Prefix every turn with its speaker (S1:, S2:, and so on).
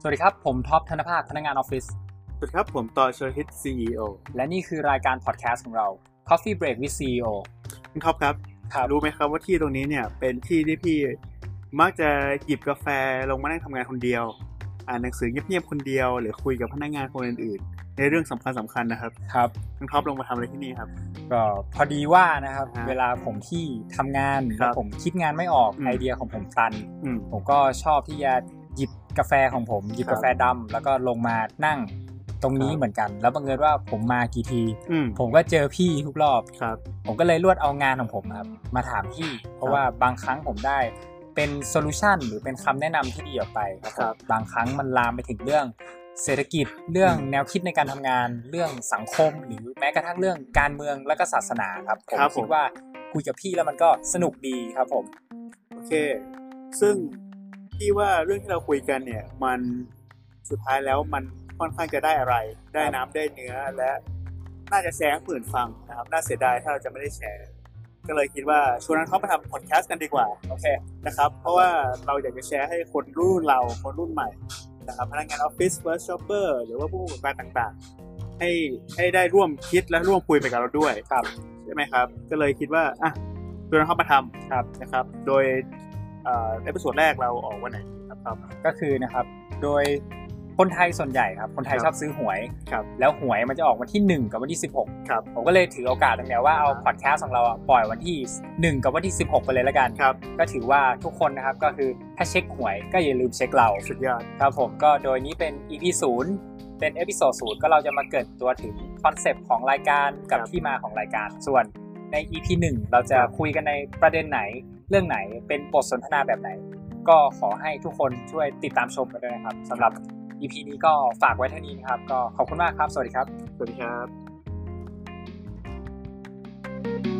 S1: สวัสดีครับ ผมท็อปธนภาคพนักงานออฟฟิศ
S2: สวัสดีครับ ผมต่อชลฮิต CEO
S1: และนี่คือรายการพอดแคสต์ของเรา Coffee Break with CEO
S2: คุณท็อปครับ
S1: ครับ
S2: รู้ไหมครับว่าที่ตรงนี้เนี่ยเป็นที่ที่พี่มักจะหยิบกาแฟลงมานั่งทำงานคนเดียว อ่านหนังสือเงียบๆคนเดียว หรือคุยกับพนักงานคนอื่นๆ ในเรื่องสำคัญสำคัญๆนะครับ
S1: ครับ
S2: คุณท็อปลงมาทำอะไรที่นี่ครับ
S1: ก็พอดีว่านะครับ
S2: ฮะ
S1: เวลาผมที่ทำงานหรือ
S2: ครั
S1: ว่า
S2: บ
S1: ผมคิดงานไม่ออก
S2: อืม
S1: ไอเดียของผมตัน
S2: อืม
S1: ผมก็ชอบที่จะหยิบกาแฟของผม หยิบ
S2: ครับ
S1: กาแฟดำแล้วก็ลงมานั่งตรงนี้
S2: ครับ
S1: เหมือนกัน แล้วบังเอิญว่าผมมากี่ที
S2: อืม
S1: ผมก็เจอพี่ทุกรอบ
S2: ครับ
S1: ผมก็เลยรวดเอางานของผมครับมาถามพี่ เพราะว่าบางครั้งผมได้เป็นโซลูชันหรือเป็นคำแนะนำที่ดีออกไปครับ
S2: ครับ
S1: บางครั้งมันลามไปถึงเรื่องเศรษฐกิจเรื่องแนวคิดในการทำงานเรื่องสังคม หรือแม้กระทั่งเรื่องการเมืองและก็ศาสนาครับผม
S2: ครับผม
S1: คิดว่าคุยกับพี่แล้วมันก็สนุกดีครับผม
S2: โอเค ซึ่งพี่ว่าเรื่องที่เราคุยกันเนี่ย มันสุดท้ายแล้วมันค่อนข้างจะได้อะไร ได้น้ำได้เนื้อและน่าจะแชร์ให้คนอื่นฟังนะครับ น่าเสียดายถ้าเราจะไม่ได้แชร์ ก็เลยคิดว่าชวนน้องเขามาทำพอดแคสต์กันดีกว่า
S1: โอเค
S2: นะครับ เพราะว่าเราอยากจะแชร์ให้คนรุ่นเราคนรุ่นใหม่นะครับพนักงานออฟฟิศเวิร์ชช็อปเปอร์หรือว่าผู้ประกอบการต่างๆ ให้ให้ได้ร่วมคิดและร่วมคุยไปกับเราด้วย
S1: ครับ
S2: ใช่ไหมครับ ก็เลยคิดว่า อ่ะตัวนั้นเข้ามาทำ
S1: ครับ
S2: นะครับ โดยเอ่อเอพิโซดแรกเราออกวันไหนครับครับ
S1: ก็คือนะครับ โดยคนไทยส่วนใหญ่ครับ คนไทย
S2: ครับ
S1: ชอบซื้อหวย
S2: ครับ
S1: แล้วหวยมันจะออกวันที่ 1 กับวันที่ 16
S2: ครับ
S1: ผมก็เลยถือโอกาสตรงเนี้ยว่าเอาพอดแคสต์ของเราอะปล่อยวันที่ 1 กับวันที่ 16 ไปเลยละกัน
S2: ครับ
S1: ก็ถือว่าทุกคนนะครับก็คือถ้าเช็คหวยก็อย่าลืมเช็คเรา
S2: สุดยอด
S1: ครับผมก็โดยนี้เป็น EP 0เป็นเอพิโซดศูนย์ก็เราจะมาเกริดตัวถึงคอนเซปต์ของรายการกับ
S2: ครับ
S1: ที่มาของรายการ ส่วนใน EP 1 เราจะคุยกันในประเด็นไหน เรื่องไหนเป็นบทสนทนาแบบไหน ก็ขอให้ทุกคนช่วยติดตามชมกันด้วยนะครับสำหรับ EP นี้ก็ฝากไว้เท่านี้นะครับ ก็ขอบคุณมากครับ สวัสดีครับ
S2: สวัสดีครับ